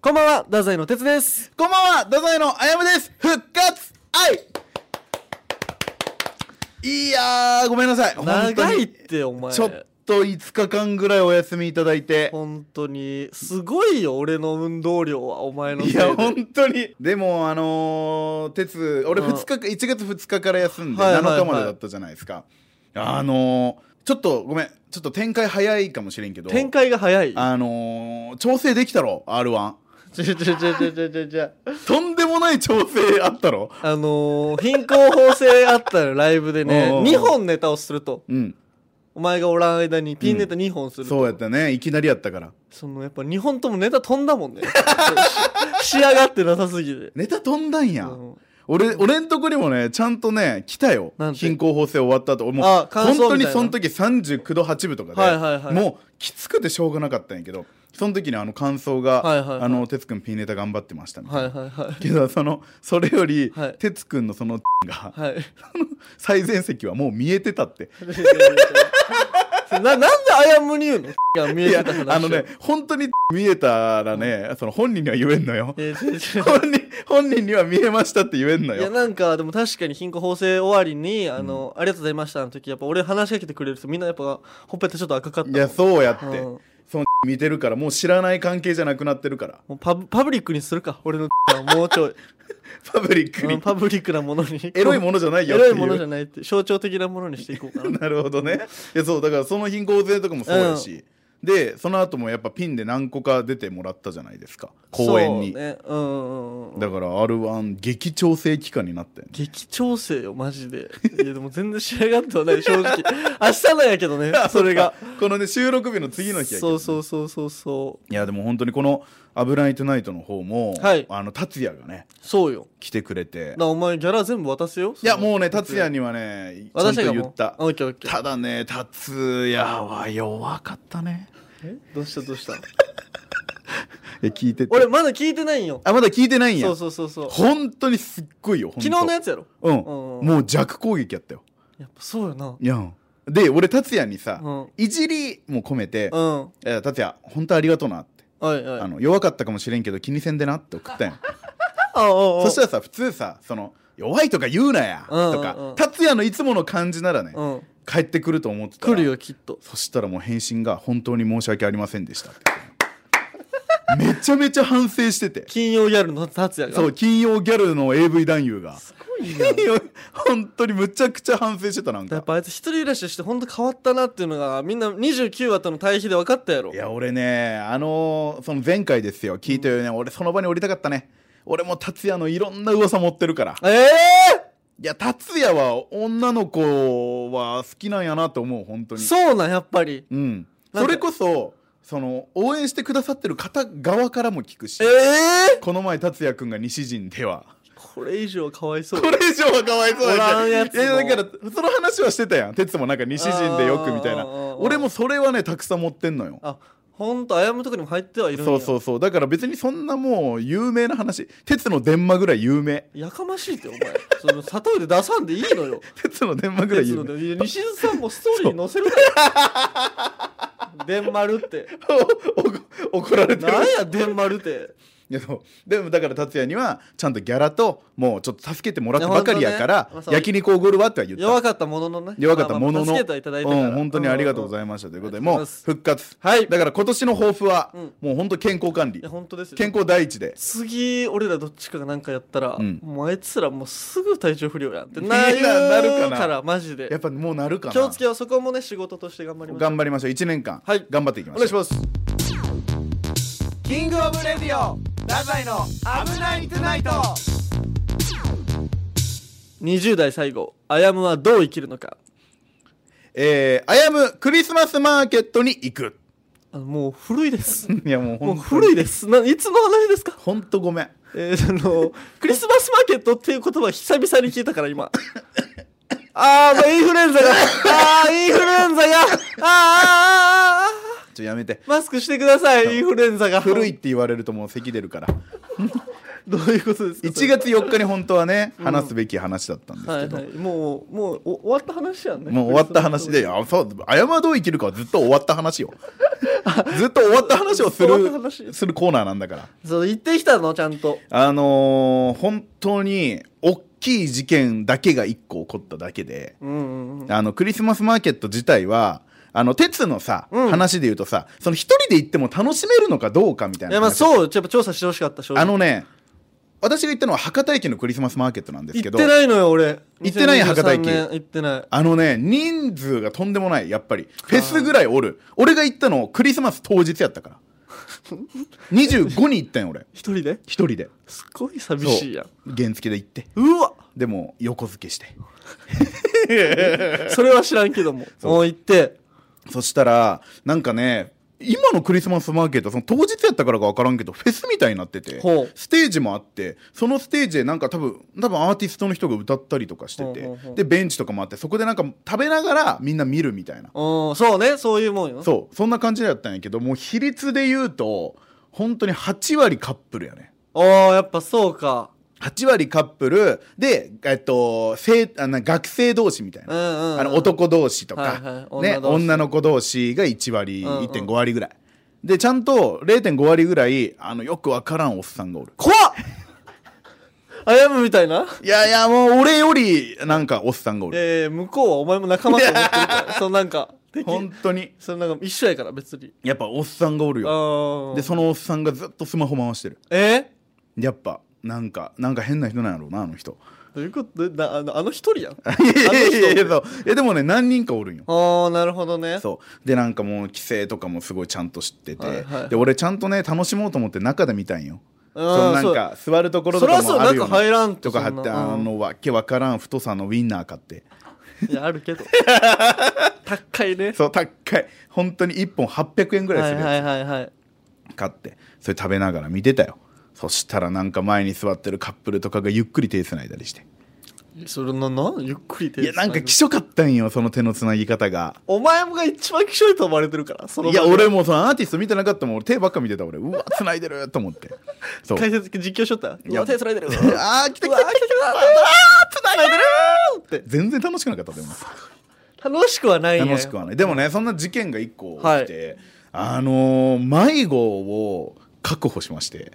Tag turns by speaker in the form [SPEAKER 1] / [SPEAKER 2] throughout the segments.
[SPEAKER 1] こんばんは、太宰の哲です。
[SPEAKER 2] こんばんは、ダザイのあやむです。復活愛いやー、ごめんなさい。
[SPEAKER 1] 長いっ
[SPEAKER 2] 本
[SPEAKER 1] て、お
[SPEAKER 2] 当
[SPEAKER 1] 前。
[SPEAKER 2] にちょっと5日間ぐらいお休みいただいて。
[SPEAKER 1] 本当に、すごいよ、俺の運動量は、お前のせ
[SPEAKER 2] い
[SPEAKER 1] いで。
[SPEAKER 2] や、本当に。でも、あのー、鉄、俺
[SPEAKER 1] うん
[SPEAKER 2] 2日か、1月2日から休んで、
[SPEAKER 1] はいはいはい
[SPEAKER 2] 7日までだったじゃないですか。あのー、ちょっとごめん、ちょっと展開早いかもしれんけど、
[SPEAKER 1] 展開が早い。
[SPEAKER 2] あのー、調整できたろ、R1。
[SPEAKER 1] ちょちょちょちょちょちょちょ。
[SPEAKER 2] とんでもない調整あったろ。
[SPEAKER 1] あのー、貧困法制あったの、ライブでね
[SPEAKER 2] おうおうお、う
[SPEAKER 1] 2本ネタをすると。
[SPEAKER 2] うん。
[SPEAKER 1] お前がおらん間にピンネタ2本すると。
[SPEAKER 2] そうやったね。いきなりやったから。
[SPEAKER 1] その、やっぱ2本ともネタ飛んだも んね。し仕上がってなさすぎて。
[SPEAKER 2] ネタ飛んだんや。
[SPEAKER 1] うん
[SPEAKER 2] 俺、俺んとこにもね、ちゃんとね、来たよ
[SPEAKER 1] なん。て
[SPEAKER 2] 貧困法制終わった後。俺もう
[SPEAKER 1] あ感
[SPEAKER 2] 本
[SPEAKER 1] 想
[SPEAKER 2] 当
[SPEAKER 1] み
[SPEAKER 2] に
[SPEAKER 1] たいな
[SPEAKER 2] その時39度8分とかで、
[SPEAKER 1] はいはいはい
[SPEAKER 2] もうきつくてしょうがなかったんやけど、その時にあの感想が、
[SPEAKER 1] はいはいはい
[SPEAKER 2] あの、てつくんピンネタ頑張ってましたみたい
[SPEAKER 1] は
[SPEAKER 2] な。
[SPEAKER 1] いはいはい。
[SPEAKER 2] けど、その、それより
[SPEAKER 1] はい、
[SPEAKER 2] てつくんのその、が、
[SPEAKER 1] はい。
[SPEAKER 2] 最前席はもう見えてたって。
[SPEAKER 1] な、なんであやむに言うの が見え
[SPEAKER 2] い
[SPEAKER 1] て
[SPEAKER 2] や
[SPEAKER 1] た話、を
[SPEAKER 2] あのね、本当に見えたらね、その本人には言えんのよ。
[SPEAKER 1] えー違う違う
[SPEAKER 2] 本人、本人には見えましたって言えんの
[SPEAKER 1] いや
[SPEAKER 2] よ。
[SPEAKER 1] なんかでも確かに貧困法制終わりに「あの、ありがとうございました」の時やっぱ俺話しかけてくれる人みんなやっぱほっぺたちょっと赤かったも
[SPEAKER 2] い
[SPEAKER 1] ん
[SPEAKER 2] や、そうやって。
[SPEAKER 1] うん
[SPEAKER 2] その見てるからもう知らない関係じゃなくなってるから
[SPEAKER 1] もうパブパブリックにするか俺のはもうちょい、
[SPEAKER 2] パブリック
[SPEAKER 1] うん
[SPEAKER 2] に
[SPEAKER 1] パブリックなものに
[SPEAKER 2] エロいものじゃないよ
[SPEAKER 1] エ
[SPEAKER 2] っ
[SPEAKER 1] ロ
[SPEAKER 2] てい
[SPEAKER 1] いうものじゃないって象徴的なものにしていこうかな
[SPEAKER 2] なるほどねいやそうだからその貧困税とかもそうやし、でその後もやっぱピンで何個か出てもらったじゃないですか 公演に、
[SPEAKER 1] そうねうんうんうんうん
[SPEAKER 2] だから r 1激調整期間になったよね
[SPEAKER 1] 激調整よマジでいやでも全然仕上がってはない正直 明日なんやけどね それが
[SPEAKER 2] このね収録日の次の日やけどね、
[SPEAKER 1] そうそうそうそうそう
[SPEAKER 2] いやでも本当にこの「危ないトゥナイト」の方も、
[SPEAKER 1] はい
[SPEAKER 2] あの達也がね
[SPEAKER 1] そうよ
[SPEAKER 2] 来てくれて
[SPEAKER 1] なお前ギャラ全部渡すよ
[SPEAKER 2] いやもうね達也にはねちゃん
[SPEAKER 1] 私
[SPEAKER 2] と
[SPEAKER 1] が
[SPEAKER 2] 言
[SPEAKER 1] もう
[SPEAKER 2] った
[SPEAKER 1] あオッケーオッケー
[SPEAKER 2] ただね達也は弱かったね
[SPEAKER 1] えどうしたどうした
[SPEAKER 2] え聞いてて
[SPEAKER 1] 俺まだ聞いてないんよ
[SPEAKER 2] あまだ聞いてないんや
[SPEAKER 1] そうそうそうそう
[SPEAKER 2] 本当にすっごいよ
[SPEAKER 1] 昨日のや
[SPEAKER 2] つ
[SPEAKER 1] つやろ
[SPEAKER 2] うん、
[SPEAKER 1] うん
[SPEAKER 2] もう弱攻撃やったよ
[SPEAKER 1] やっぱそうよない
[SPEAKER 2] やんで俺達也にさ、
[SPEAKER 1] うん
[SPEAKER 2] いじりも込めて
[SPEAKER 1] う、ん
[SPEAKER 2] いや達也本当ありがとうなって、
[SPEAKER 1] はいはい
[SPEAKER 2] あの弱かったかもしれんけど気にせんでなって送ったんや
[SPEAKER 1] あああ
[SPEAKER 2] そした
[SPEAKER 1] ら
[SPEAKER 2] らさ普通さその弱いとか言うなや、
[SPEAKER 1] うんうんうん
[SPEAKER 2] とか達也のいつもの感じならね、
[SPEAKER 1] うん
[SPEAKER 2] 帰ってくると思ってたら
[SPEAKER 1] 来るよきっと
[SPEAKER 2] そしたらもう返信が「本当に申し訳ありませんでしたって」めちゃめちゃ反省してて
[SPEAKER 1] 金曜ギャルの達也が
[SPEAKER 2] そう金曜ギャルの AV 男優が
[SPEAKER 1] すごいな
[SPEAKER 2] 金曜本当にむちゃくちゃ反省してたなん
[SPEAKER 1] やっ
[SPEAKER 2] か
[SPEAKER 1] ぱあいつ一人暮らししてほんと変わったなっていうのがみんな29話との対比で分かったやろ
[SPEAKER 2] いや俺ねあのーその前回ですよ聞いたよね、俺その場に降りたかったね俺も達也のいろんな噂持ってるから
[SPEAKER 1] ええ
[SPEAKER 2] いや達也は女の子は好きなんやなと思う本当
[SPEAKER 1] ー、
[SPEAKER 2] に
[SPEAKER 1] そうなんやっぱり
[SPEAKER 2] うん
[SPEAKER 1] なんか
[SPEAKER 2] それこそその応援してくださってる方側からも聞くし
[SPEAKER 1] ええー、
[SPEAKER 2] この前達也くんが西陣では
[SPEAKER 1] これ以上かわいそ
[SPEAKER 2] こ
[SPEAKER 1] う
[SPEAKER 2] れ以上はかわいそう
[SPEAKER 1] おらんや
[SPEAKER 2] や
[SPEAKER 1] つ
[SPEAKER 2] し
[SPEAKER 1] も
[SPEAKER 2] いやだからその話はしてたやん哲もなんか西陣でよくみたい
[SPEAKER 1] あ
[SPEAKER 2] な
[SPEAKER 1] ーあーあー
[SPEAKER 2] 俺もそれはねたくさん持ってんのよ
[SPEAKER 1] あほんとあやむとこにも入ってはいるんや
[SPEAKER 2] そうそうそうだから別にそんなもう有名な話鉄の電話ぐらい有名
[SPEAKER 1] やかましいってお前その例えで出さんでいいのよ
[SPEAKER 2] 鉄の電話ぐらい
[SPEAKER 1] です
[SPEAKER 2] 有
[SPEAKER 1] ので
[SPEAKER 2] 名
[SPEAKER 1] いや西津さんもストーリーに載せる からデンマルって
[SPEAKER 2] お怒られてる
[SPEAKER 1] なんやデンマルって
[SPEAKER 2] いやそうでもだから達也にはちゃんとギャラともうちょっと助けてもらったばかりやから
[SPEAKER 1] いや本当ねまあそう
[SPEAKER 2] 焼肉おごるわっては言った
[SPEAKER 1] 弱かったもののね
[SPEAKER 2] 弱かったも
[SPEAKER 1] ま
[SPEAKER 2] の
[SPEAKER 1] あまあ助
[SPEAKER 2] の
[SPEAKER 1] けてはいただいたから、
[SPEAKER 2] うん本当にありがとうご
[SPEAKER 1] い
[SPEAKER 2] ざいましたということで
[SPEAKER 1] ありがとう
[SPEAKER 2] も
[SPEAKER 1] ござい
[SPEAKER 2] う
[SPEAKER 1] ます
[SPEAKER 2] 復活
[SPEAKER 1] はい
[SPEAKER 2] だから今年の抱負は
[SPEAKER 1] うん
[SPEAKER 2] もう本当健康管理
[SPEAKER 1] や本当ですよ
[SPEAKER 2] 健康第一で
[SPEAKER 1] 次俺らどっちかがなんかやったら、
[SPEAKER 2] うん
[SPEAKER 1] もうあいつらもうすぐ体調不良やんって
[SPEAKER 2] いや
[SPEAKER 1] なる
[SPEAKER 2] なるかな
[SPEAKER 1] からマジ
[SPEAKER 2] やっ
[SPEAKER 1] で
[SPEAKER 2] ぱもうなるかな
[SPEAKER 1] 気をつけようそこもね仕事として頑張りましょう
[SPEAKER 2] 頑張りましょう1年間
[SPEAKER 1] はい
[SPEAKER 2] 頑張っていきま
[SPEAKER 1] お
[SPEAKER 2] し
[SPEAKER 1] 願
[SPEAKER 2] ょ
[SPEAKER 1] いし
[SPEAKER 2] う
[SPEAKER 1] ます
[SPEAKER 3] キングオブレディオ太宰の危ないトゥナイト
[SPEAKER 1] 20代最後あやむはどう生きるのか
[SPEAKER 2] えーあやむクリスマスマーケットに行く
[SPEAKER 1] あのもう古いです
[SPEAKER 2] いやも
[SPEAKER 1] もう
[SPEAKER 2] う本当に
[SPEAKER 1] 古いですないつの話です か
[SPEAKER 2] 本当ごめん
[SPEAKER 1] えーその クリスマスマーケットっていう言葉久々に聞いたから 今 あーもうインフルエンザがあーインフルエンザがあーあーあーあー
[SPEAKER 2] ちょやめて
[SPEAKER 1] マスクしてくださいインフルエンザが
[SPEAKER 2] 古いって言われるともう咳出るから
[SPEAKER 1] どういうことですか
[SPEAKER 2] 1月4日に本当はね話すべき話だったんですけど、
[SPEAKER 1] はいはいもうもうお終わった話やんね
[SPEAKER 2] もう終わった話で、いや、そう、謝どう生きるかはずっと終わった 話よ。ずっと終わった話をす
[SPEAKER 1] 終わった話
[SPEAKER 2] る、するコーナーなんだから。
[SPEAKER 1] そう言ってきたのちゃんと
[SPEAKER 2] あのー本当に、大きい事件だけが1個起こっただけで、
[SPEAKER 1] うんうんうん
[SPEAKER 2] あの、クリスマスマーケット自体は、あの、鉄のさ、
[SPEAKER 1] うん
[SPEAKER 2] 話で言うとさ、その一人で行っても楽しめるのかどうかみたい
[SPEAKER 1] いや
[SPEAKER 2] な話。
[SPEAKER 1] まあそうやっぱ調査してほしかった正直
[SPEAKER 2] あのね、私が行ったのは博多駅のクリスマスマーケットなんです
[SPEAKER 1] 行
[SPEAKER 2] け
[SPEAKER 1] っ
[SPEAKER 2] ど、
[SPEAKER 1] てないのよ俺
[SPEAKER 2] 行ってない
[SPEAKER 1] 2023
[SPEAKER 2] 博多駅
[SPEAKER 1] 年行ってない
[SPEAKER 2] あのね、人数がとんでもない、やっぱり。フェスぐらいおる。俺が行ったの、クリスマス当日やったから。25に行ったんよ、俺。
[SPEAKER 1] 一人で
[SPEAKER 2] 一人で。
[SPEAKER 1] すごい寂しいやん
[SPEAKER 2] そう原付で行って。
[SPEAKER 1] うわ
[SPEAKER 2] でも、横付けして。
[SPEAKER 1] それは知らんけども
[SPEAKER 2] そう
[SPEAKER 1] もう行って
[SPEAKER 2] そしたら、なんかね、今のクリスマスマーケット、その当日やったからか分からんけど、フェスみたいになってて
[SPEAKER 1] ほう、
[SPEAKER 2] ステージもあって、そのステージでなんか多分、多分アーティストの人が歌ったりとかしてて
[SPEAKER 1] ほうほうほ、う
[SPEAKER 2] で、ベンチとかもあって、そこでなんか食べながらみんな見るみたいな。
[SPEAKER 1] うんそうねそういうもんよ
[SPEAKER 2] そうそんな感じだったんやけどもう比率で言うと本当に8割カップルやね
[SPEAKER 1] ああやっぱそうか
[SPEAKER 2] 8割カップルで、えっと、生あな学生同士みたいな、
[SPEAKER 1] うんうんうん
[SPEAKER 2] あの男同士とか、
[SPEAKER 1] はいはい
[SPEAKER 2] ね、
[SPEAKER 1] 女同士
[SPEAKER 2] 女の子同士が1割、
[SPEAKER 1] うんうん
[SPEAKER 2] 1.5割ぐらいでちゃんと0.5割ぐらいあのよくわからんおっさんがおる
[SPEAKER 1] 怖っ謝むみたいない
[SPEAKER 2] やいやもう俺よりなんかおっさんがおる
[SPEAKER 1] えー、向こうはお前も仲間と思ってる からそのなんか敵
[SPEAKER 2] 本当に
[SPEAKER 1] そのなんか一緒やから別に
[SPEAKER 2] やっぱおっさんがおる
[SPEAKER 1] あ
[SPEAKER 2] よ
[SPEAKER 1] ー
[SPEAKER 2] でそのおっさんがずっとスマホ回してる
[SPEAKER 1] え
[SPEAKER 2] やっぱなんかなんか変な人なんやろうなあの人
[SPEAKER 1] どういうことなあのあの一人 やんあ
[SPEAKER 2] いやいやい
[SPEAKER 1] の
[SPEAKER 2] や
[SPEAKER 1] 人
[SPEAKER 2] そうえでもね何人かおるんよ
[SPEAKER 1] ああなるほどね
[SPEAKER 2] そうでなんかもう規制とかもすごいちゃんと知ってて、
[SPEAKER 1] はいはい
[SPEAKER 2] で俺ちゃんとね楽しもうと思って中で見たんよ
[SPEAKER 1] う
[SPEAKER 2] そ
[SPEAKER 1] ん
[SPEAKER 2] のなんか座るところと
[SPEAKER 1] そ
[SPEAKER 2] か
[SPEAKER 1] りゃ
[SPEAKER 2] も
[SPEAKER 1] そう
[SPEAKER 2] あるよ、
[SPEAKER 1] 中入らんと
[SPEAKER 2] とか貼って
[SPEAKER 1] そんな
[SPEAKER 2] あのわけわからん太さのウインナー買って
[SPEAKER 1] いやあるけ ど高いね
[SPEAKER 2] そう高い本当に1本800円ぐら
[SPEAKER 1] はいい
[SPEAKER 2] するやつ、
[SPEAKER 1] はいはいはい
[SPEAKER 2] 買ってそれ食べながら見てたよそしたらなんか前に座ってるカップルとかがゆっくり手つないだりして
[SPEAKER 1] それななゆっくりで
[SPEAKER 2] いやなんかきしょかったんよその手のつなぎ方が
[SPEAKER 1] お前もが一番きしょいと思われてるからその
[SPEAKER 2] いや俺もそのアーティスト見てなかったもん俺手ばっか見てた俺うわ繋いでると思ってそう
[SPEAKER 1] 解説実況しとった
[SPEAKER 2] いうや
[SPEAKER 1] わ手つらいでる
[SPEAKER 2] あー来た来た来た来
[SPEAKER 1] つないでるーって
[SPEAKER 2] た全然楽しくなかったでも
[SPEAKER 1] 楽しくはないんや
[SPEAKER 2] 楽しくはないでもねそんな事件が1個起
[SPEAKER 1] は
[SPEAKER 2] きて、あのー、迷子を確保しまして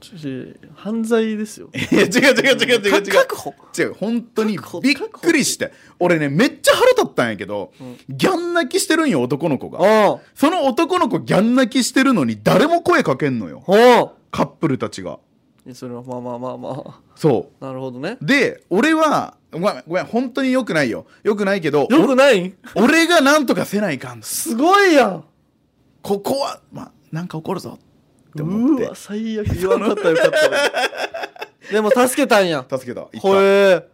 [SPEAKER 1] ちょちょ犯罪ですよ
[SPEAKER 2] いや違う違う違う違う違う
[SPEAKER 1] か確保
[SPEAKER 2] 違う本当に
[SPEAKER 1] 確保
[SPEAKER 2] びっくりして俺ねめっちゃ腹立ったんやけど、ギャン泣きしてるんよ男の子が
[SPEAKER 1] おう
[SPEAKER 2] その男の子ギャン泣きしてるのに誰も声かけんのよ
[SPEAKER 1] おう
[SPEAKER 2] カップルたちが
[SPEAKER 1] いやそれはまあまあまあま
[SPEAKER 2] そう
[SPEAKER 1] あなるほどね
[SPEAKER 2] で俺はごめんごめん本当に良くないよ良くないけど
[SPEAKER 1] よくない
[SPEAKER 2] お俺がなんとかせないかんです
[SPEAKER 1] すごいやん
[SPEAKER 2] ここはまあなんか怒るぞって思っ
[SPEAKER 1] う
[SPEAKER 2] て
[SPEAKER 1] わ最悪言わなかったらよかったわでも助けたんや
[SPEAKER 2] 助けた行
[SPEAKER 1] ほ
[SPEAKER 2] っ
[SPEAKER 1] え
[SPEAKER 2] た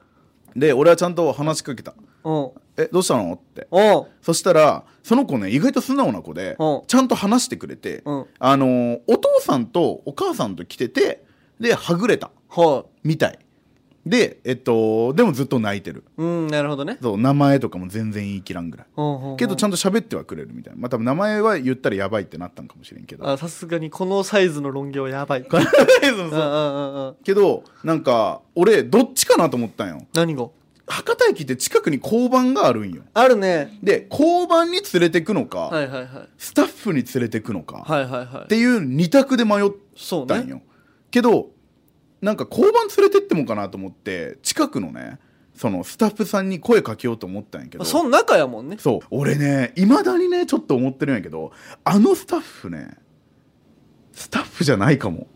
[SPEAKER 2] で俺はちゃんと話しかけた
[SPEAKER 1] うん
[SPEAKER 2] 「えどうしたの?」って
[SPEAKER 1] うん
[SPEAKER 2] そしたらその子ね意外と素直な子で
[SPEAKER 1] うん
[SPEAKER 2] ちゃんと話してくれて、
[SPEAKER 1] うん
[SPEAKER 2] あのーお父さんとお母さんと来ててではぐれた
[SPEAKER 1] は
[SPEAKER 2] みたいでえっとでもずっと泣いてる
[SPEAKER 1] いうんなるほどね
[SPEAKER 2] そう名前とかも全然言い切らんぐらいけどちゃ
[SPEAKER 1] ん
[SPEAKER 2] んと喋ってはくれるみたいなまあ多分名前は言ったらやばいってなったんかもしれんけど
[SPEAKER 1] あさすがにこのサイズの論議はやばいうん
[SPEAKER 2] そう
[SPEAKER 1] う
[SPEAKER 2] そう
[SPEAKER 1] う
[SPEAKER 2] ん
[SPEAKER 1] んうん
[SPEAKER 2] けどなんか俺どっちかなと思ったんよ
[SPEAKER 1] 何が
[SPEAKER 2] 博多駅って近くに交番があるんよ
[SPEAKER 1] あるね
[SPEAKER 2] で交番に連れてくのか、
[SPEAKER 1] はいはいはい
[SPEAKER 2] スタッフに連れてくのか、
[SPEAKER 1] はいはいはい
[SPEAKER 2] っていう二択で迷っ
[SPEAKER 1] そう
[SPEAKER 2] たんよ、
[SPEAKER 1] ね
[SPEAKER 2] けどなんか交番連れてってもかなと思って近くのねそのスタッフさんに声かけようと思ったんやけど
[SPEAKER 1] そん中やもんね
[SPEAKER 2] そう俺ねいまだにねちょっと思ってるんやけどあのスタッフねスタッフじゃないかも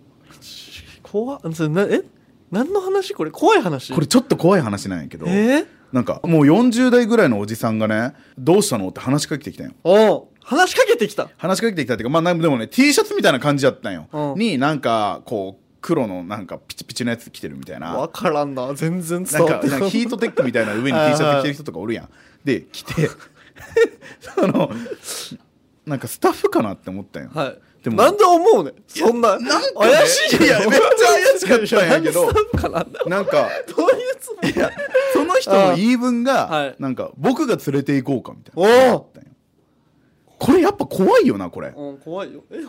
[SPEAKER 1] 怖っそれなえ何の話これ怖い話
[SPEAKER 2] これちょっと怖い話なんやけど、
[SPEAKER 1] えー、
[SPEAKER 2] なんかもう40代ぐらいのおじさんがねどうしたのって話しかけてきたんよ
[SPEAKER 1] おう話しかけてきた
[SPEAKER 2] 話しかけてきたっていうかまあなんでもね T シャツみたいな感じやったんよ、
[SPEAKER 1] うん
[SPEAKER 2] になんかこう黒のなんかピチピチのやつ着てるみたいな
[SPEAKER 1] わからんな全然
[SPEAKER 2] な
[SPEAKER 1] 伝
[SPEAKER 2] ん
[SPEAKER 1] わ
[SPEAKER 2] か
[SPEAKER 1] って
[SPEAKER 2] なんかヒートテックみたいな上に T シャツ着てる人とかおるやんで着て そのなんかスタッフかなって思ったんよ、
[SPEAKER 1] はい
[SPEAKER 2] でも
[SPEAKER 1] なんで思うねんそんな
[SPEAKER 2] なんかね
[SPEAKER 1] 怪しい
[SPEAKER 2] いやめっちゃ怪しかったんやけど
[SPEAKER 1] 何スタッフかなんだ
[SPEAKER 2] なんか
[SPEAKER 1] どういうつもりや
[SPEAKER 2] その人の言い分
[SPEAKER 1] あーは
[SPEAKER 2] が
[SPEAKER 1] い
[SPEAKER 2] なんか僕が連れて行こうかみたいな
[SPEAKER 1] おー
[SPEAKER 2] ったんよこれやっぱ怖いよなこれ
[SPEAKER 1] うん怖いよえ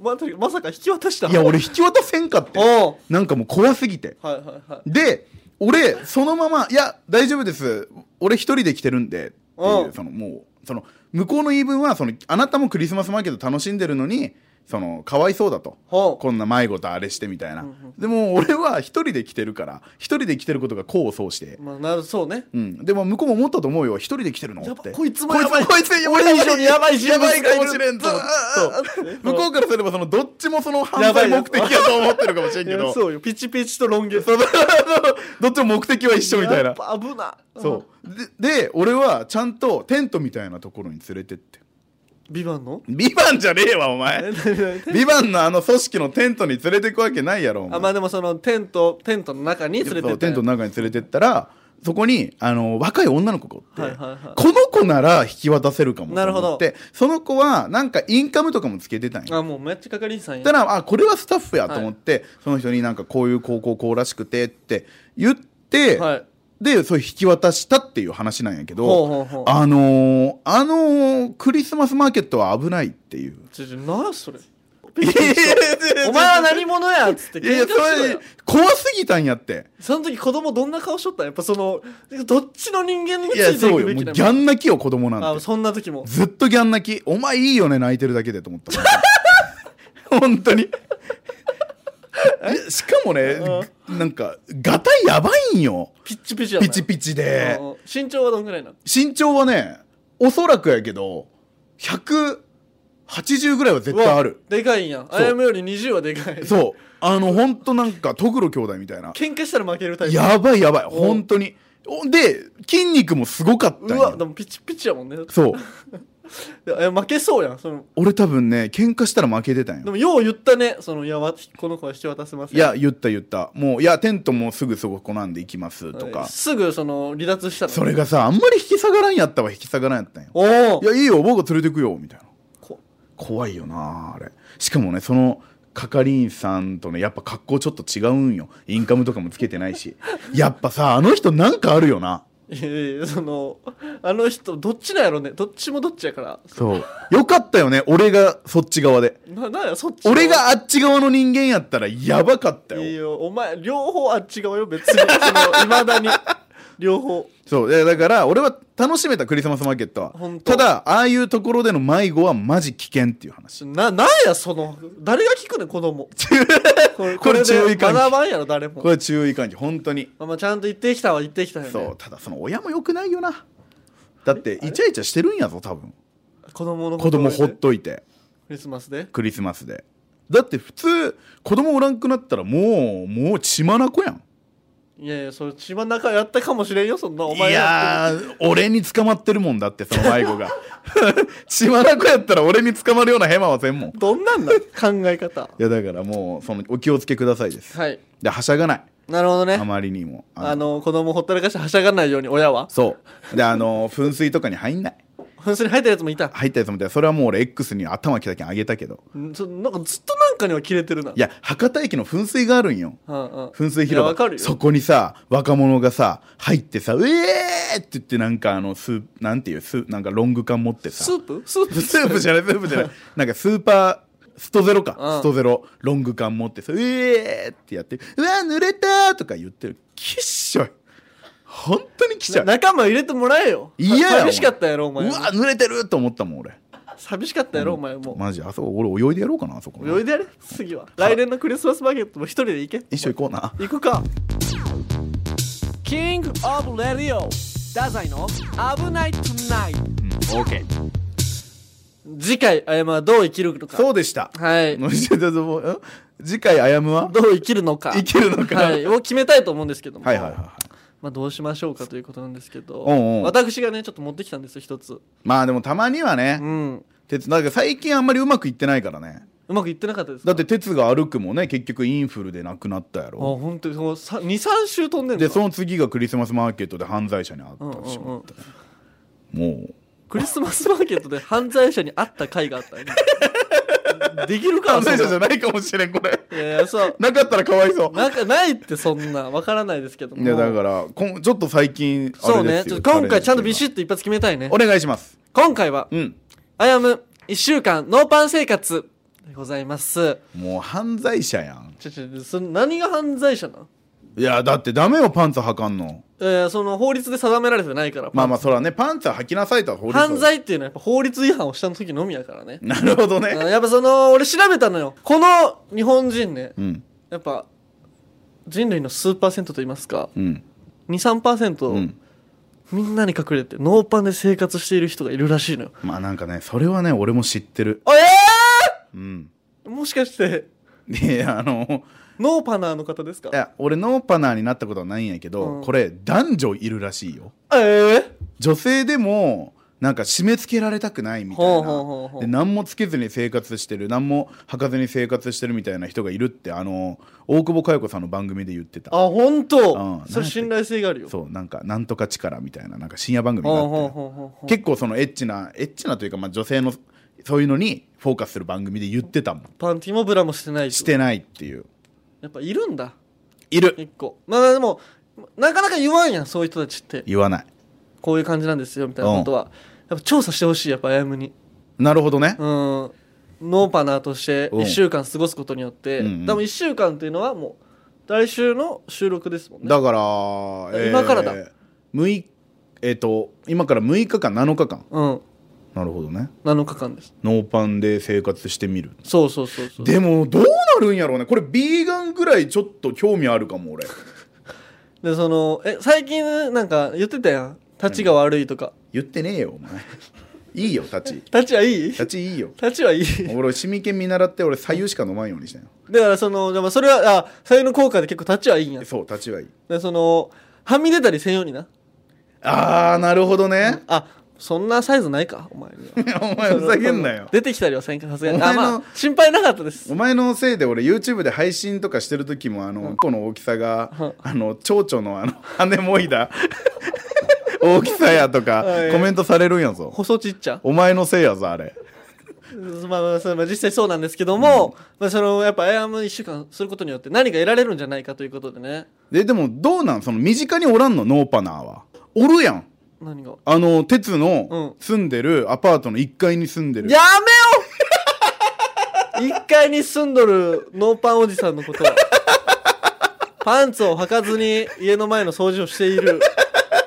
[SPEAKER 1] まさかまさか引き渡した
[SPEAKER 2] いや俺引き渡せんかって
[SPEAKER 1] おう
[SPEAKER 2] なんかもう怖すぎて
[SPEAKER 1] はいはいはい
[SPEAKER 2] で俺そのまま「いや大丈夫です俺一人で来てるんで」っていううんそのもうその向こうの言い分はそのあなたもクリスマスマーケット楽しんでるのにそのかわいそうだと
[SPEAKER 1] ほう
[SPEAKER 2] こんな迷子とあれしてみたいな、
[SPEAKER 1] うん
[SPEAKER 2] でも俺は一人で来てるから一人で来てることが功を奏して、
[SPEAKER 1] まあなるそうね
[SPEAKER 2] うん、でも向こうも思ったと思うよ一人で来てるの
[SPEAKER 1] や
[SPEAKER 2] っ
[SPEAKER 1] ば
[SPEAKER 2] て
[SPEAKER 1] こいつもやばい
[SPEAKER 2] こいつこいつ
[SPEAKER 1] 俺以上にやばい人
[SPEAKER 2] や
[SPEAKER 1] 物が
[SPEAKER 2] ば
[SPEAKER 1] い
[SPEAKER 2] い
[SPEAKER 1] る
[SPEAKER 2] かもしれんと思ってそう向こうからすればそのどっちもその犯罪目的やと思ってるかもしれん
[SPEAKER 1] い
[SPEAKER 2] け
[SPEAKER 1] や
[SPEAKER 2] ど
[SPEAKER 1] そうよピチピチとロン毛
[SPEAKER 2] そうどっちも目的は一緒みたい
[SPEAKER 1] や
[SPEAKER 2] な
[SPEAKER 1] っぱ危な
[SPEAKER 2] そうでで俺はちゃんとテントみたいなところに連れてって
[SPEAKER 1] うんビバン の
[SPEAKER 2] 「ビバンじゃねえわお前
[SPEAKER 1] え何何
[SPEAKER 2] ビバンのあの組織のテントに連れてくわけないやろお前
[SPEAKER 1] あまあでもそのテントテントの中に連れて
[SPEAKER 2] そ
[SPEAKER 1] っ
[SPEAKER 2] うテ
[SPEAKER 1] て
[SPEAKER 2] ントの中に連れてったらそこにあの若い女の子がおって、
[SPEAKER 1] はいはいはい
[SPEAKER 2] この子なら引き渡せるかも
[SPEAKER 1] なる
[SPEAKER 2] と
[SPEAKER 1] ほど
[SPEAKER 2] 思ってその子はなんかインカムとかもつけてたんや
[SPEAKER 1] あもうめっちゃ係員さん
[SPEAKER 2] そした
[SPEAKER 1] や
[SPEAKER 2] らあこれはスタッフやと思って、その人になんかこういう高校こうらしくてって言って、
[SPEAKER 1] はい
[SPEAKER 2] でそれ引き渡したっていう話なんやけど
[SPEAKER 1] ほうほうほう
[SPEAKER 2] あのー、あのークリスマスマーケットは危ないっていう。
[SPEAKER 1] ちょちょなあそれお前は何者やっつって
[SPEAKER 2] いや
[SPEAKER 1] 喧
[SPEAKER 2] いや
[SPEAKER 1] 嘩
[SPEAKER 2] そ
[SPEAKER 1] しろ
[SPEAKER 2] れ
[SPEAKER 1] よ
[SPEAKER 2] 怖すぎたんやって
[SPEAKER 1] その時子供どんな顔しとったんやっぱそのどっちの人間につ
[SPEAKER 2] いや
[SPEAKER 1] いてい
[SPEAKER 2] そう
[SPEAKER 1] く
[SPEAKER 2] よ
[SPEAKER 1] べ
[SPEAKER 2] も
[SPEAKER 1] き
[SPEAKER 2] うギ
[SPEAKER 1] だ
[SPEAKER 2] ャン泣きよ子供なん
[SPEAKER 1] あ
[SPEAKER 2] て
[SPEAKER 1] そんな時も
[SPEAKER 2] ずっとギャン泣きお前いいよね泣いてるだけでと思った 本 当にえしかもねなんかガタイやばいんよ
[SPEAKER 1] ピッチピチやな
[SPEAKER 2] ピチピチで
[SPEAKER 1] うん身長はどんぐらいなの
[SPEAKER 2] 身長はねおそらくやけど180ぐらいは絶対ある
[SPEAKER 1] うわでかいんや
[SPEAKER 2] う
[SPEAKER 1] あやめより20はでかい
[SPEAKER 2] そうあの本当なんかトグロ兄弟みたいな
[SPEAKER 1] 喧嘩したら負けるタイプ
[SPEAKER 2] やばいやばい本当におで筋肉もすごかった
[SPEAKER 1] うんわ
[SPEAKER 2] よ
[SPEAKER 1] でもピチピチやもんね
[SPEAKER 2] そう
[SPEAKER 1] え負けそうやんその
[SPEAKER 2] 俺多分ね喧嘩したら負けてたんよ
[SPEAKER 1] でもよう言ったねそのいやわこの子は引き渡せません
[SPEAKER 2] いや言った言ったもういやテントもすぐそこなんで行きますと
[SPEAKER 1] は
[SPEAKER 2] か
[SPEAKER 1] いすぐその離脱したの
[SPEAKER 2] それがさあんまり引き下がらんやったわ引き下がらんやったんよ
[SPEAKER 1] おお
[SPEAKER 2] いやいいよ僕連れてくよみたいな
[SPEAKER 1] こ
[SPEAKER 2] 怖いよなあれしかもねその係員さんとねやっぱ格好ちょっと違うんよインカムとかもつけてない しやっぱさあの人なんかあるよない
[SPEAKER 1] やいやそのあの人どっちなんやろねどっちもどっちやから
[SPEAKER 2] そうよかったよね俺がそっち側で
[SPEAKER 1] ななんやそっち
[SPEAKER 2] 俺があっち側の人間やったらやばかった
[SPEAKER 1] いやい
[SPEAKER 2] よ
[SPEAKER 1] やお前両方あっち側よ別にそのいま だに両方
[SPEAKER 2] そうでだから俺は楽しめたクリスマスマーケットは
[SPEAKER 1] 本当
[SPEAKER 2] ただああいうところでの迷子はマジ危険っていう話
[SPEAKER 1] ななんやその誰が聞くねん子供これ
[SPEAKER 2] こ
[SPEAKER 1] こ
[SPEAKER 2] れ
[SPEAKER 1] れ
[SPEAKER 2] 注
[SPEAKER 1] で
[SPEAKER 2] 意喚起
[SPEAKER 1] 学ばんやろ誰も
[SPEAKER 2] これは注意喚起本当に
[SPEAKER 1] まあまあちゃんと言ってきたは言ってきたよね
[SPEAKER 2] そうただその親も良くないよなだってイチャイチャしてるんやぞ多分
[SPEAKER 1] 子供のこ
[SPEAKER 2] 子
[SPEAKER 1] とを
[SPEAKER 2] 供
[SPEAKER 1] ね
[SPEAKER 2] ほっといて
[SPEAKER 1] クリスマスで
[SPEAKER 2] クリスマスでだって普通子供おらんくなったらもうもう血眼やん
[SPEAKER 1] いやいやそれ血ま中やったかもしれんよそんなお
[SPEAKER 2] い
[SPEAKER 1] 前やっ
[SPEAKER 2] やー俺に捕まってるもんだってその迷子が 血眼やったら俺に捕まるようなヘマはせんもんい
[SPEAKER 1] てどんなんだ考え方
[SPEAKER 2] やだからもうそのお気をつけくださいです
[SPEAKER 1] はい
[SPEAKER 2] ではしゃがない
[SPEAKER 1] なるほどね
[SPEAKER 2] あまりにもあの
[SPEAKER 1] あの子供ほったらかしてはしゃがないように親は
[SPEAKER 2] そうであの噴水とかに入んない
[SPEAKER 1] 噴水に入ったやつもいた
[SPEAKER 2] 入ったやつもいたそれはもう俺 X に頭きたけんあげたけど
[SPEAKER 1] んそなんかずっとなんかにはキレてるない
[SPEAKER 2] や博多駅の噴水があるんよ
[SPEAKER 1] うんうん、
[SPEAKER 2] 噴水
[SPEAKER 1] いや
[SPEAKER 2] 広
[SPEAKER 1] わか
[SPEAKER 2] 場
[SPEAKER 1] るよ
[SPEAKER 2] そこにさ若者がさ入ってさ「うえー!」って言ってなんかあのスーなんていうスなんかロング缶持ってさ
[SPEAKER 1] スープスープ
[SPEAKER 2] スープじゃないスープじゃないなんかスーパーストゼロか、
[SPEAKER 1] うん
[SPEAKER 2] ストゼロロング缶持ってさ「うえー!」ってやって「うわ濡れた!」とか言ってるきっしょい本当にきっしょい
[SPEAKER 1] な仲間入れてもらえよ
[SPEAKER 2] 嫌や
[SPEAKER 1] 寂しかったやろお
[SPEAKER 2] うわ
[SPEAKER 1] 前
[SPEAKER 2] 濡れてると思ったもん俺
[SPEAKER 1] 寂しかったやろお前も
[SPEAKER 2] マジあそこ俺泳いでやろうかなあそこ
[SPEAKER 1] う泳いでやれ次は来年のクリスマスマーケットも一人で行け
[SPEAKER 2] 一緒行こうな
[SPEAKER 1] 行くか
[SPEAKER 3] キングオブレディオ太宰の危ないトゥナイト
[SPEAKER 2] オーケー
[SPEAKER 1] 次回あやまはどう生きるのか
[SPEAKER 2] そうでした
[SPEAKER 1] はい
[SPEAKER 2] のしだぞもううん次回あやむは
[SPEAKER 1] どう生きるのか
[SPEAKER 2] 生きるのか
[SPEAKER 1] はい、を決めたいと思うんですけども
[SPEAKER 2] はいはいはいはい
[SPEAKER 1] まあ、どうしましょうかということなんですけど
[SPEAKER 2] おうおう
[SPEAKER 1] 私がねちょっと持ってきたんですよ一つ
[SPEAKER 2] まあでもたまにはね
[SPEAKER 1] うん
[SPEAKER 2] 鉄なんか最近あんまりうまくいってないからね
[SPEAKER 1] うまくいってなかったですか
[SPEAKER 2] だって鉄が歩くもね結局インフルで亡くなったや
[SPEAKER 1] あ
[SPEAKER 2] ろ
[SPEAKER 1] 本当にその23週飛んでんの
[SPEAKER 2] で
[SPEAKER 1] か
[SPEAKER 2] その次がクリスマスマーケットで犯罪者に会ったし
[SPEAKER 1] うんうんう
[SPEAKER 2] も
[SPEAKER 1] ん
[SPEAKER 2] う
[SPEAKER 1] クリスマスマーケットで犯罪者に会った回があったよね できるか
[SPEAKER 2] 犯罪者じゃ
[SPEAKER 1] ゃ
[SPEAKER 2] ないかもしれんこ れ
[SPEAKER 1] いやいやそう
[SPEAKER 2] なかったらかわいそう
[SPEAKER 1] なんかないってそんなわからないですけども
[SPEAKER 2] いやだからこんちょっと最近あ
[SPEAKER 1] そう
[SPEAKER 2] れで
[SPEAKER 1] ね
[SPEAKER 2] す
[SPEAKER 1] ちょ
[SPEAKER 2] よ
[SPEAKER 1] っと今回ちゃんとビシ
[SPEAKER 2] ッ
[SPEAKER 1] ッと一発決めたいね
[SPEAKER 2] お願いします
[SPEAKER 1] 今回は
[SPEAKER 2] うん
[SPEAKER 1] あやむ1週間ノーパン生活でございます
[SPEAKER 2] もう犯罪者やん
[SPEAKER 1] ちょちょその何が犯罪者なん
[SPEAKER 2] いやだってダメよパンツはかんの
[SPEAKER 1] えー、その法律で定められてないから
[SPEAKER 2] まあまあそらねパンツは履きなさいとは法律
[SPEAKER 1] 犯罪っていうのはやっぱ法律違反をした時のみやからね
[SPEAKER 2] なるほど
[SPEAKER 1] あ
[SPEAKER 2] ね
[SPEAKER 1] やっぱその俺調べたのよこの日本人ね
[SPEAKER 2] うん
[SPEAKER 1] やっぱ人類の数パーセントと言いますか
[SPEAKER 2] うん
[SPEAKER 1] 23%、
[SPEAKER 2] うん
[SPEAKER 1] みんなに隠れてノーパンで生活している人がいるらしいのよ
[SPEAKER 2] まあなんかねそれはね俺も知ってる
[SPEAKER 1] あえ
[SPEAKER 2] うん
[SPEAKER 1] ー、もしかして
[SPEAKER 2] でいやあの
[SPEAKER 1] ノーパナーの方ですか
[SPEAKER 2] いや俺ノーパナーになったことはないんやけど、
[SPEAKER 1] うん
[SPEAKER 2] これ男女いるらしいよ
[SPEAKER 1] えー、
[SPEAKER 2] 女性でもなんか締め付けられたくないみたいな
[SPEAKER 1] ほうほうほうほう
[SPEAKER 2] で何もつけずに生活してる何も履かずに生活してるみたいな人がいるってあの大久保佳代子さんの番組で言ってた
[SPEAKER 1] あ本当、
[SPEAKER 2] うん
[SPEAKER 1] それ信頼性があるよ
[SPEAKER 2] そうなんか「なんとか力」みたいななんか深夜番組が
[SPEAKER 1] ほう
[SPEAKER 2] あって
[SPEAKER 1] ほうほうほうほう
[SPEAKER 2] 結構そのエッチなエッチなというか、まあ、女性のそういうのにフォーカスする番組で言ってたもん
[SPEAKER 1] パンティもブラもしてない
[SPEAKER 2] してないっていう
[SPEAKER 1] やっぱいるんだ
[SPEAKER 2] いる
[SPEAKER 1] 結構まあでもなかなか言わんやんそういう人たちって
[SPEAKER 2] 言わない
[SPEAKER 1] こういう感じなんですよみたいなことは、やっぱ調査してほしいやっぱあやむに
[SPEAKER 2] なるほどね
[SPEAKER 1] うんノーパナーとして
[SPEAKER 2] うん
[SPEAKER 1] 1週間過ごすことによって、
[SPEAKER 2] うんうん
[SPEAKER 1] 多分1週間っていうのはもう来週の収録ですもんね
[SPEAKER 2] だから、
[SPEAKER 1] 今からだ
[SPEAKER 2] 6えっ、と今から6日間7日間
[SPEAKER 1] うん
[SPEAKER 2] なるほどね
[SPEAKER 1] 7日間です
[SPEAKER 2] ノーパンで生活してみる
[SPEAKER 1] そうそうそうそう
[SPEAKER 2] でもどうなるんやろうねこれビーガンぐらいちょっと興味あるかも俺
[SPEAKER 1] でそのえ最近なんか言ってたやん立ちが悪いとか
[SPEAKER 2] 言ってねえよお前いいよ立ち
[SPEAKER 1] 立ちはいい立
[SPEAKER 2] 立ちいいよ
[SPEAKER 1] ちはいい
[SPEAKER 2] 俺シミケン見習って俺左右しか飲まんようにしたよ
[SPEAKER 1] だからそのでもそれはあ左右の効果で結構立ちはいいんや
[SPEAKER 2] そう立ちはいい
[SPEAKER 1] でそのはみ出たりせんようにな
[SPEAKER 2] ああなるほどね
[SPEAKER 1] あそんなサイズないかお前には
[SPEAKER 2] お前 ふざけんなよ
[SPEAKER 1] 出てきたりはせんかさすがに
[SPEAKER 2] お前
[SPEAKER 1] あ
[SPEAKER 2] の
[SPEAKER 1] まあ心配なかったです
[SPEAKER 2] お前のせいで俺 YouTube で配信とかしてる時もあのこの大きさがあの蝶々のあの羽もいだ 大きさやとか
[SPEAKER 1] はい
[SPEAKER 2] コメントされるんやぞ
[SPEAKER 1] 細ちっちゃ
[SPEAKER 2] お前のせいやぞあれ
[SPEAKER 1] まあまあそれまあ実際そうなんですけども、まあ、そのやっぱアイアム1週間することによって何か得られるんじゃないかということでね
[SPEAKER 2] ででもどうなんその身近におらんのノーパナーはおるやん
[SPEAKER 1] 何が
[SPEAKER 2] あの鉄
[SPEAKER 1] う
[SPEAKER 2] の
[SPEAKER 1] ん
[SPEAKER 2] 住んでるアパートの1階に住んでる
[SPEAKER 1] やめよ 一階に住んどるノーパンおじさんのことパンツを履かずに家の前の掃除をしている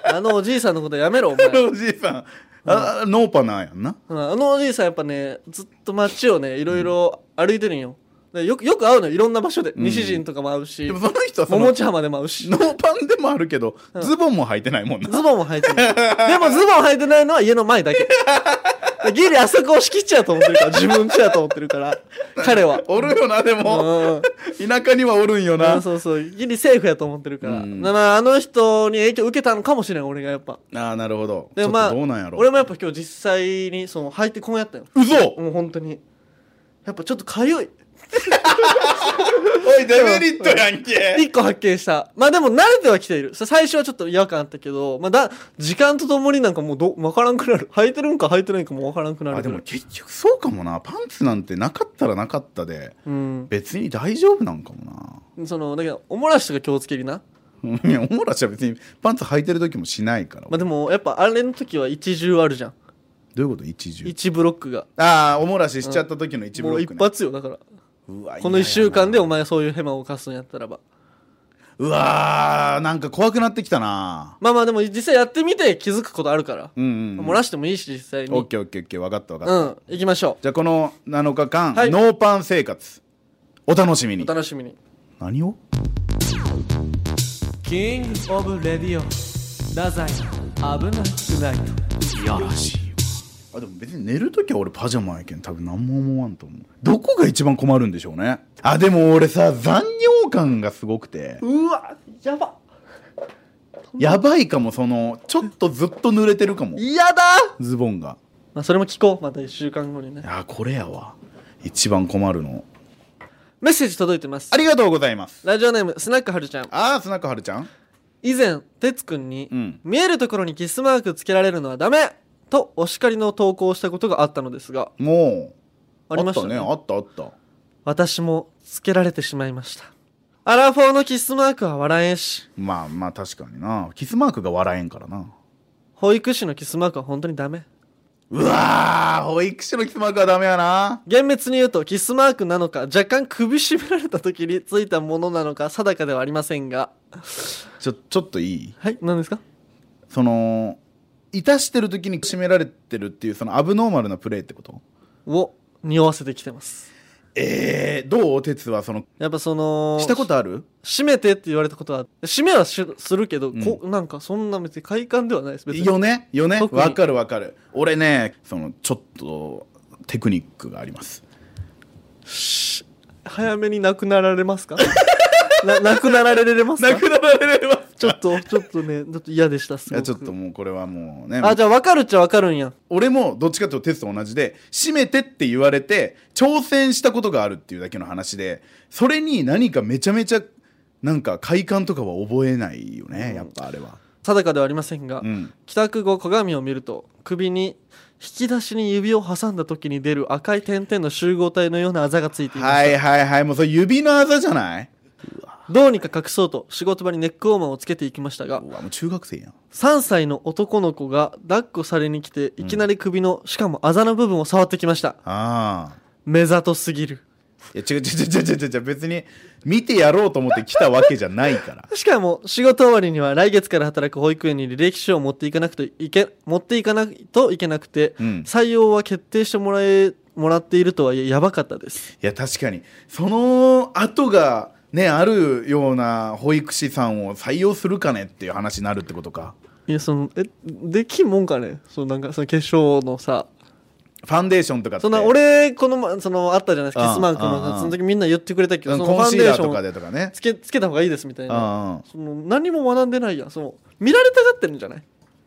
[SPEAKER 1] あのおじいさんのことやめろお前
[SPEAKER 2] おじいさんあ、ノーパナーやんな
[SPEAKER 1] うんあのおじいさんやっぱねずっと街をねいろいろ歩いてるんよ、でよくよく会うのよいろんな場所で、西陣とかも会うし
[SPEAKER 2] でもその人はその
[SPEAKER 1] 桃地浜でも会うし
[SPEAKER 2] ノーパンでもあるけど、ズボンも履いてないもんな
[SPEAKER 1] ズボンも履い てないでもズボン履いてないのは家の前だけギリあそこを仕切っちゃうと思ってるから自分ちやと思ってるから彼は
[SPEAKER 2] おるよなで
[SPEAKER 1] う
[SPEAKER 2] も、
[SPEAKER 1] ん
[SPEAKER 2] 田舎にはおるんよな、
[SPEAKER 1] うんそうそうギリセーフやと思ってるから、
[SPEAKER 2] うん
[SPEAKER 1] だからあの人に影響受けたのかもしれん俺がやっぱ
[SPEAKER 2] ああなるほど
[SPEAKER 1] でもまあ
[SPEAKER 2] ちょっとどうなんやろ
[SPEAKER 1] 俺もやっぱ今日実際にその履いてこんやったよ
[SPEAKER 2] うそ
[SPEAKER 1] もう本当にやっぱちょっとかゆい
[SPEAKER 2] おいデメリットやんけ
[SPEAKER 1] 一個発見したまあでも慣れてはきているさ最初はちょっと違和感あったけど、まあ、だ時間とともになんかもうど分からんくなる履いてるんか履いてないんかも分からんくなる
[SPEAKER 2] あで
[SPEAKER 1] ぐらい
[SPEAKER 2] も結局そうかもなパンツなんてなかったらなかったで
[SPEAKER 1] うん
[SPEAKER 2] 別に大丈夫なんかも
[SPEAKER 1] そのだけどおもらしとか気をつけりな
[SPEAKER 2] ないやおもらしは別にパンツ履いてる時もしないから、
[SPEAKER 1] まあでもやっぱあれの時は一重あるじゃん
[SPEAKER 2] どういうこと一重
[SPEAKER 1] 一ブロックが
[SPEAKER 2] ああおもらししちゃった時の一部
[SPEAKER 1] も
[SPEAKER 2] ロ
[SPEAKER 1] う
[SPEAKER 2] ック、
[SPEAKER 1] 一
[SPEAKER 2] ね
[SPEAKER 1] 発よだから
[SPEAKER 2] うわ
[SPEAKER 1] この1週間で
[SPEAKER 2] 嫌や
[SPEAKER 1] お前そういうヘマを犯すんやったらば
[SPEAKER 2] なうわーなんか怖くなってきたな
[SPEAKER 1] まあまあでも実際やってみて気づくことあるから、
[SPEAKER 2] うんうんうん
[SPEAKER 1] 漏らしてもいいし実際に
[SPEAKER 2] オッケーオッケーオッケー分かった分かった、
[SPEAKER 1] うん行きましょ
[SPEAKER 2] じゃあこの7日間、
[SPEAKER 1] はい
[SPEAKER 2] ノーパン生活お楽しみ
[SPEAKER 1] うお
[SPEAKER 2] に
[SPEAKER 1] 楽しみに
[SPEAKER 2] 何を
[SPEAKER 1] キングオブレディオ太宰危なくない
[SPEAKER 2] いやらしいよあでも別に寝る時は俺パジャマやけん多分何も思わんと思うどこが一番困るんでしょうねあでも俺さ残業感がすごくて
[SPEAKER 1] うわやば
[SPEAKER 2] やばいかもそのちょっとずっと濡れてるかも
[SPEAKER 1] 嫌だ、
[SPEAKER 2] ズボンが
[SPEAKER 1] まあ、それも聞こうまた1週間後にね
[SPEAKER 2] あこれやわ一番困るの
[SPEAKER 1] メッセージ届いてます
[SPEAKER 2] ありがとうございます
[SPEAKER 1] ラジオネームスナックはるちゃん
[SPEAKER 2] ああスナックはるちゃん
[SPEAKER 1] 以前てつくんに、
[SPEAKER 2] うん
[SPEAKER 1] 見えるところにキスマークつけられるのはダメとお叱りの投稿をしたことがあったのですが
[SPEAKER 2] もう
[SPEAKER 1] ありましたね
[SPEAKER 2] あったねあったあっ
[SPEAKER 1] 私もつけられてしまいましたアラフォーのキスマークは笑えんした
[SPEAKER 2] まあまあ確かになキスマークが笑えんからな
[SPEAKER 1] 保育士のキスマークは本当にダメ
[SPEAKER 2] うわー保育士のキスマークはダメやな
[SPEAKER 1] 厳密に言うとキスマークなのか若干首絞められた時についたものなのか定かではありませんが
[SPEAKER 2] ちょちょっといい
[SPEAKER 1] はい何ですか
[SPEAKER 2] そのいたしてる時に締められてるっていうそのアブノーマルなプレーってこと
[SPEAKER 1] を匂わせてきてます
[SPEAKER 2] えー、どう哲はその
[SPEAKER 1] やっぱその
[SPEAKER 2] したことある
[SPEAKER 1] 締めてって言われたことは締めはしするけど、こなんかそんな別に快感ではないです別に
[SPEAKER 2] よねよね
[SPEAKER 1] 特に
[SPEAKER 2] わかるわかる俺ねそのちょっとテクニックがあります
[SPEAKER 1] 早めに亡くなられます かな亡くなられれますか
[SPEAKER 2] なられます
[SPEAKER 1] ちょっとちょっとねちょっと嫌でしたす
[SPEAKER 2] い
[SPEAKER 1] ご
[SPEAKER 2] や
[SPEAKER 1] く
[SPEAKER 2] ちょっともうこれはもうね
[SPEAKER 1] あじゃあ分かるっちゃ分かるんや
[SPEAKER 2] 俺もどっちかというとテスと同じで締めてって言われて挑戦したことがあるっていうだけの話でそれに何かめちゃめちゃなんか快感とかは覚えないよね、やっぱあれは
[SPEAKER 1] 定かではありませんが、
[SPEAKER 2] うん
[SPEAKER 1] 帰宅後鏡を見ると首に引き出しに指を挟んだ時に出る赤い点々の集合体のようなあざがついていました、
[SPEAKER 2] はいはいはいもうそれ指のあざじゃない
[SPEAKER 1] どうにか隠そうと仕事場にネックウォーマーをつけていきましたが
[SPEAKER 2] うわもう中学生やん
[SPEAKER 1] 3歳の男の子が抱っこされに来ていきなり首の、しかもあざの部分を触ってきました
[SPEAKER 2] ああ
[SPEAKER 1] 目ざとすぎる
[SPEAKER 2] いや違う違う違う違う違う別に見てやろうと思って来たわけじゃないから
[SPEAKER 1] しかも仕事終わりには来月から働く保育園に履歴書を持っていかなくていけ持っていかないといけなくて、
[SPEAKER 2] うん
[SPEAKER 1] 採用は決定してもらえもらっているとはいえやばかったです
[SPEAKER 2] いや確かにその後がねあるような保育士さんを採用するかねっていう話になるってことか
[SPEAKER 1] いやそのえできんもんかねそのなんかその化粧のさ
[SPEAKER 2] ファンデーションとかって
[SPEAKER 1] そんな俺このまそのあったじゃないですか
[SPEAKER 2] ああ
[SPEAKER 1] キスマーク
[SPEAKER 2] ああ
[SPEAKER 1] のその時みんな言ってくれたけ
[SPEAKER 2] う
[SPEAKER 1] どそ
[SPEAKER 2] ん
[SPEAKER 1] のフ
[SPEAKER 2] コン
[SPEAKER 1] ァン
[SPEAKER 2] シ
[SPEAKER 1] デ
[SPEAKER 2] ー
[SPEAKER 1] ー
[SPEAKER 2] ラ
[SPEAKER 1] シ
[SPEAKER 2] ー
[SPEAKER 1] ョ
[SPEAKER 2] とか
[SPEAKER 1] ン
[SPEAKER 2] でとかね
[SPEAKER 1] つけつけた方がいいですみたいな
[SPEAKER 2] あ
[SPEAKER 1] その何も学んでないやんその見られたがってるんじゃない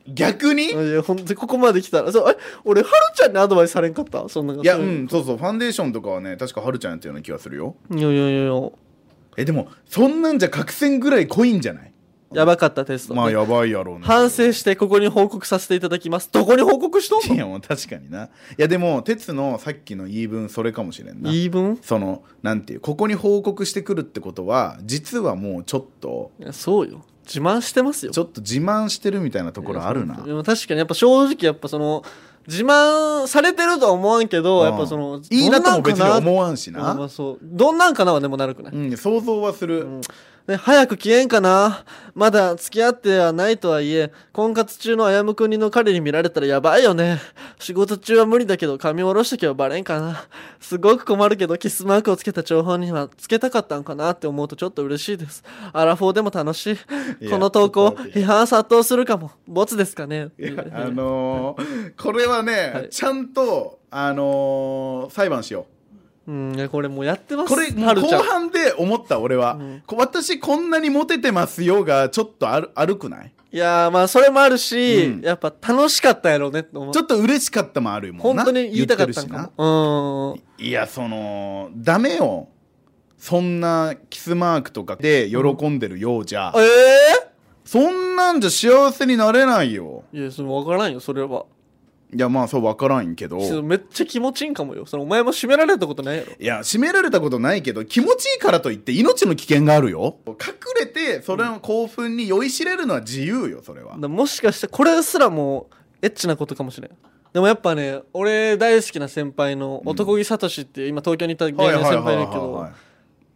[SPEAKER 2] 逆に
[SPEAKER 1] いやほんとここまで来たらそうえ俺はるちゃんにアドバイスされんかったそんなんか
[SPEAKER 2] いや
[SPEAKER 1] そうういうん
[SPEAKER 2] そうそうファンデーションとかはね確かはるちゃんやったような気がするよ
[SPEAKER 1] いやいやいやいや
[SPEAKER 2] えでもそんなんじゃ角線ぐらい濃いんじゃない
[SPEAKER 1] やばかったテスト、
[SPEAKER 2] まあやばいやろうね
[SPEAKER 1] 反省してここに報告させていただきますどこに報告しとん
[SPEAKER 2] いやもう確かにないやでも哲のさっきの言い分それかもしれんな
[SPEAKER 1] の言い分
[SPEAKER 2] そのなんていうここに報告してくるってことは実はもうちょっと
[SPEAKER 1] いやそうよ自慢してますよ
[SPEAKER 2] ちょっと自慢してるみたいなところあるな
[SPEAKER 1] でも確かにやっぱ正直やっぱその自慢されてるとは思わんけど、
[SPEAKER 2] うん
[SPEAKER 1] やっぱその
[SPEAKER 2] いいなとも別に
[SPEAKER 1] う
[SPEAKER 2] 思わんし
[SPEAKER 1] なま
[SPEAKER 2] な
[SPEAKER 1] あ、そうどんなんかなはでもなるくない、
[SPEAKER 2] うん想像は する、
[SPEAKER 1] で早く消えんかなまだ付き合ってはないとはいえ婚活中のあやむくんにの彼に見られたらやばいよね仕事中は無理だけど髪下ろしとけばバレんかなすごく困るけどキスマークをつけた情報にはつけたかったんかなって思うとちょっと嬉しいですアラフォーでも楽し
[SPEAKER 2] い
[SPEAKER 1] い
[SPEAKER 2] や
[SPEAKER 1] この投
[SPEAKER 2] ちょ
[SPEAKER 1] 稿
[SPEAKER 2] っと待って
[SPEAKER 1] 批判殺到するかもボツですかね
[SPEAKER 2] いやあのー これはね、
[SPEAKER 1] はい
[SPEAKER 2] ちゃんと、あのー裁判しよ
[SPEAKER 1] うんいやこれもうやってま
[SPEAKER 2] う
[SPEAKER 1] す
[SPEAKER 2] これもう
[SPEAKER 1] はるちゃ
[SPEAKER 2] 後
[SPEAKER 1] ん
[SPEAKER 2] 半で思った俺は、
[SPEAKER 1] うん
[SPEAKER 2] こ私こんなにモテてますよがちょっとある悪くない
[SPEAKER 1] いやーまあそれもあるし、
[SPEAKER 2] うん
[SPEAKER 1] やっぱ楽しかったやろうねって思う
[SPEAKER 2] ちょっと嬉しかったもあるもん
[SPEAKER 1] 本
[SPEAKER 2] な
[SPEAKER 1] 当に言いたかったん
[SPEAKER 2] 言てる
[SPEAKER 1] か
[SPEAKER 2] し
[SPEAKER 1] もうん
[SPEAKER 2] ないやそのダメよそんなキスマークとかで喜んでるようじゃ、
[SPEAKER 1] ええ
[SPEAKER 2] そんなんじゃ幸せになれないよ
[SPEAKER 1] いや、その分からんよ、それは。
[SPEAKER 2] いやまあそう分からんけど
[SPEAKER 1] そのめっちゃ気持ちいいんかもよ。そのお前も締められたことないやろ。
[SPEAKER 2] いや、締められたことないけど、気持ちいいからといって命の危険があるよ。隠れて、それの興奮に酔いしれるのは自由よ、それは
[SPEAKER 1] だ。もしかして、これすらもう、エッチなことかもしれん。でもやっぱね、俺大好きな先輩の男木聡っていう、今東京にいた芸
[SPEAKER 2] はい
[SPEAKER 1] 人の
[SPEAKER 2] は
[SPEAKER 1] 先
[SPEAKER 2] いは
[SPEAKER 1] 輩
[SPEAKER 2] いはい
[SPEAKER 1] だけど、
[SPEAKER 2] は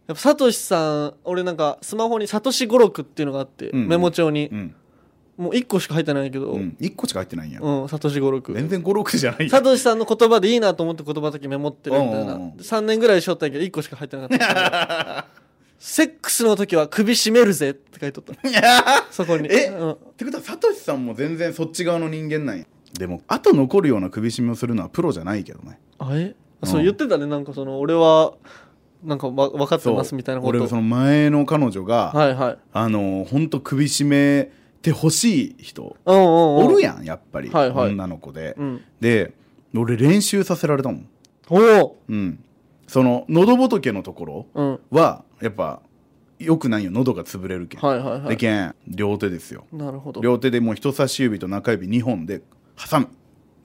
[SPEAKER 1] やっぱ聡さん、俺なんかスマホに聡語録っていうのがあって、
[SPEAKER 2] うん
[SPEAKER 1] メモ帳
[SPEAKER 2] い。う
[SPEAKER 1] に、
[SPEAKER 2] ん。
[SPEAKER 1] もう1個しか入ってないけど、
[SPEAKER 2] う。
[SPEAKER 1] うん
[SPEAKER 2] 1個しか入ってないんや。
[SPEAKER 1] ん、聡語録。
[SPEAKER 2] 全然5、6じゃない
[SPEAKER 1] サ
[SPEAKER 2] や。
[SPEAKER 1] トシさんの言葉でいいなと思って言葉だけメモってるみたいな
[SPEAKER 2] うんうんうん
[SPEAKER 1] 3年ぐらいしょったんやけど1個しか入ってなかったから「セックスの時は首絞めるぜ」って書いとったそこに
[SPEAKER 2] え
[SPEAKER 1] うん
[SPEAKER 2] ってことは、サトシさんも全然そっち側の人間なんや。でも、あと残るような首絞めをするのはプロじゃないけどね。
[SPEAKER 1] あえ
[SPEAKER 2] うん
[SPEAKER 1] そう言ってたねなんかその俺はなんかわ分かってますみたいなこ
[SPEAKER 2] 俺
[SPEAKER 1] と
[SPEAKER 2] はその前の彼女が、
[SPEAKER 1] はいはい
[SPEAKER 2] あの、ほんと首絞めてほしい人、
[SPEAKER 1] うんうんうん
[SPEAKER 2] おるやん、やっぱり。
[SPEAKER 1] はいはい
[SPEAKER 2] 女の子で。
[SPEAKER 1] うん
[SPEAKER 2] で、俺練習させられたもん。
[SPEAKER 1] おお
[SPEAKER 2] うん、その喉仏のところ
[SPEAKER 1] うん
[SPEAKER 2] はやっぱよくないよ喉が潰れるけん、
[SPEAKER 1] はいはいは
[SPEAKER 2] で
[SPEAKER 1] い
[SPEAKER 2] けん両手ですよ
[SPEAKER 1] なるほど
[SPEAKER 2] 両手でもう人差し指と中指2本で挟む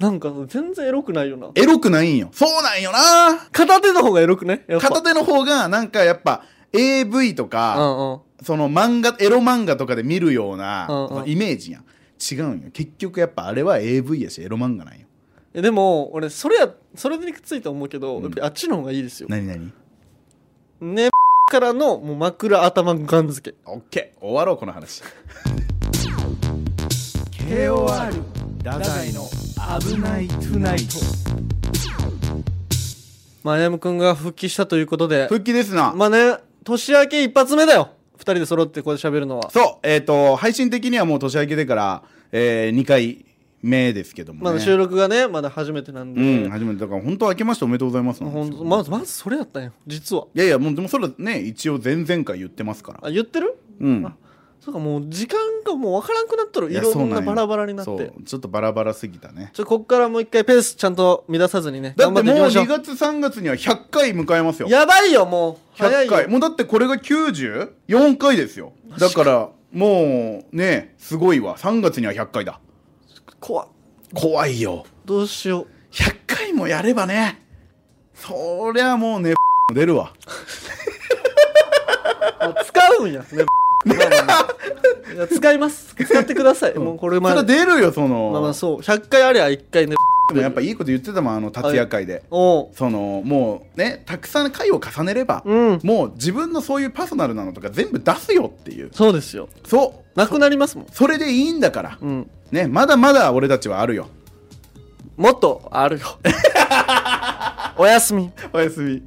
[SPEAKER 1] なんか全然エロくないよな
[SPEAKER 2] エロくないんよそうなんよな
[SPEAKER 1] 片手の方がエロくねやっぱ
[SPEAKER 2] 片手の方がなんかやっぱ AV と
[SPEAKER 1] う
[SPEAKER 2] か、
[SPEAKER 1] んうん
[SPEAKER 2] その漫画エロ漫画とかで見るような、
[SPEAKER 1] うんうん
[SPEAKER 2] そのイメージやん違うんよ結局やっぱあれは AV やしエロ漫画なんよ
[SPEAKER 1] ええでも俺それやそれについて思うけど、
[SPEAKER 2] うん
[SPEAKER 1] やっぱりあっちの方がいいですよ
[SPEAKER 2] 何何
[SPEAKER 1] ねからのもう枕頭ガン付け
[SPEAKER 2] オッケー終わろうこの話
[SPEAKER 3] KOR 太宰の危ないトゥナイト
[SPEAKER 1] まあ、やむくんが復帰したということで
[SPEAKER 2] 復帰ですな、
[SPEAKER 1] まあね年明け一発目だよ二人で揃ってここで喋るのは
[SPEAKER 2] そうえっ、と配信的にはもう年明けてから、え2回目ですけどもね
[SPEAKER 1] まだ収録がねまだ初めてなんで、
[SPEAKER 2] うん初めてだから本当明けましておめでとうございますなんです
[SPEAKER 1] ほ
[SPEAKER 2] よ
[SPEAKER 1] んとまずまずそれやったんよ実はい
[SPEAKER 2] やいやもうでもそれはね一応前々回言ってますから
[SPEAKER 1] あ言ってる
[SPEAKER 2] うん
[SPEAKER 1] そうかもう時間がもう分からんくなっとる
[SPEAKER 2] いや
[SPEAKER 1] 色
[SPEAKER 2] そうんん
[SPEAKER 1] な
[SPEAKER 2] よ
[SPEAKER 1] バラバラになっ
[SPEAKER 2] そ
[SPEAKER 1] て
[SPEAKER 2] うちょっとバラバラすぎたね
[SPEAKER 1] ちょこっからもう一回ペースちゃんと乱さずにね
[SPEAKER 2] だって
[SPEAKER 1] 頑張
[SPEAKER 2] もう
[SPEAKER 1] っていきま
[SPEAKER 2] 2
[SPEAKER 1] しょ
[SPEAKER 2] 月3月には100回迎えますよ
[SPEAKER 1] うやばいよもう早い
[SPEAKER 2] 100
[SPEAKER 1] よ
[SPEAKER 2] 回もうだってこれが94回ですよだからもうねすごいわ3月には100回だ
[SPEAKER 1] 怖っ
[SPEAKER 2] 怖いよ
[SPEAKER 1] どうしよう
[SPEAKER 2] 100回もやればねそりゃ もうね出るわ
[SPEAKER 1] あ使うん やねまあまあまあいや使います使ってくださいもうこれ
[SPEAKER 2] そ
[SPEAKER 1] ま
[SPEAKER 2] りゃ
[SPEAKER 1] で
[SPEAKER 2] 出るよその、
[SPEAKER 1] まあまあそう100回ありゃ1回ね
[SPEAKER 2] でもやっぱいいこと言ってたもんあの達也会で、
[SPEAKER 1] おう
[SPEAKER 2] そのもうねたくさん回を重ねれば、
[SPEAKER 1] うん
[SPEAKER 2] もう自分のそういうパーソナルなのとか全部出すよっていう
[SPEAKER 1] そうですよ
[SPEAKER 2] そ
[SPEAKER 1] なくなりますもん
[SPEAKER 2] うそれでいいんだから、
[SPEAKER 1] うん
[SPEAKER 2] ねまだまだ俺たちはあるよ
[SPEAKER 1] もっとあるよおやすみ
[SPEAKER 2] おやすみ